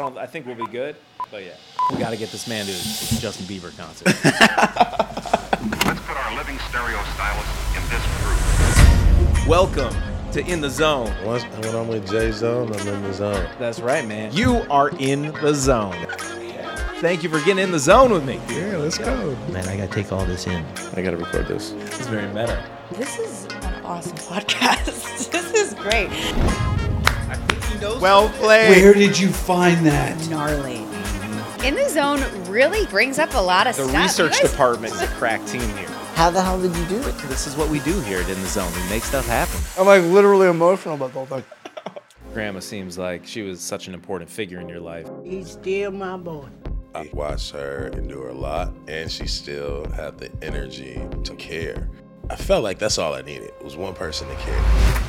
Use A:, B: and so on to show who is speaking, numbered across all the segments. A: don't, I think we'll be good. But yeah.
B: We got to get this man to his Justin Bieber concert.
C: Let's put our living stereo stylus in this group.
A: Welcome to In the Zone.
D: Once when I'm with Jay Zone, I'm in the zone.
A: That's right, man. You are in the zone. Thank you for getting in the zone with me.
D: Yeah, let's go.
B: man, I got to take all this in.
D: I gotta record this.
A: It's very meta.
E: This is an awesome podcast. this is great.
A: Well played.
F: Where did you find that?
E: Gnarly. In the zone really brings up a lot of
A: The
E: stuff. You
A: research
E: guys-
A: department is a crack team here.
G: How the hell did you do it?
B: This is what we do here at In the Zone. We make stuff happen.
F: I'm like literally emotional about the whole thing.
A: Grandma seems like she was such an important figure in your life.
H: He's still my boy.
D: I watched her endure a lot, and she still had the energy to care. I felt like that's all I needed was one person to care.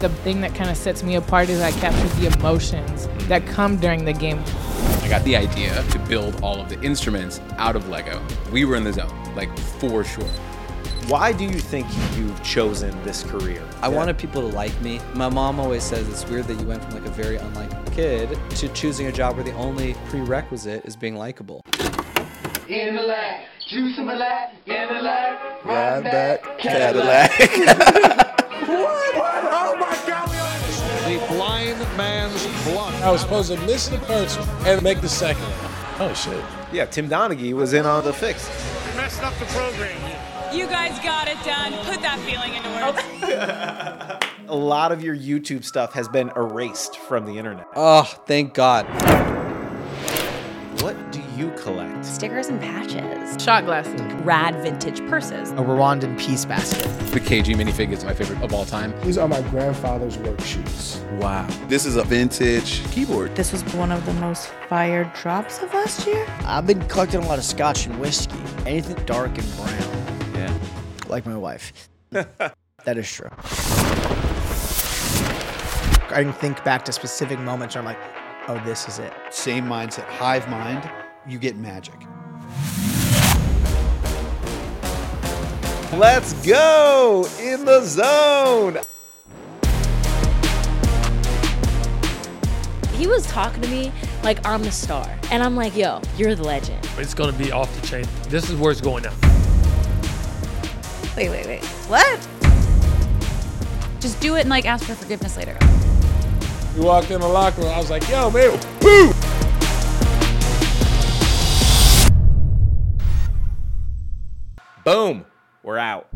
I: The thing that kind of sets me apart is I capture the emotions that come during the game.
J: I got the idea to build all of the instruments out of Lego. We were in the zone, like for sure.
A: Why do you think you've chosen this career?
G: I wanted people to like me. My mom always says it's weird that you went from like a very unlikable kid to choosing a job where the only prerequisite is being likable.
H: In the lab, juice in the lab, in the lab, ride back,
D: I was supposed to miss the first and make the second. Oh shit.
A: Yeah, Tim Donaghy was in on the fix.
I: You guys got it done. Put that feeling into words.
E: Oh,
A: A lot of your YouTube stuff has been erased from the internet.
G: Oh, thank God.
A: What do you collect?
E: Stickers and patches.
I: Shot glasses.
E: Rad vintage purses.
G: A Rwandan peace basket.
J: The KG minifig is my favorite of all time.
F: These are my grandfather's work shoes.
G: Wow.
D: This is a vintage keyboard.
E: This was one of the most fired drops of last year.
G: I've been collecting a lot of scotch and whiskey. Anything dark and brown.
A: Yeah.
G: Like my wife. that is true.
F: I can think back to specific moments where I'm like, oh, this is it.
H: Same mindset, hive mind, you get magic.
A: Let's go in the zone.
I: He was talking to me like I'm the star. And I'm like, yo, you're the legend.
H: It's gonna be off the chain. This is where it's going now.
E: Wait, wait, wait. What? Just do it and like ask for forgiveness later.
D: We walked in the locker room. I was like, yo, man.
A: Boom. We're out.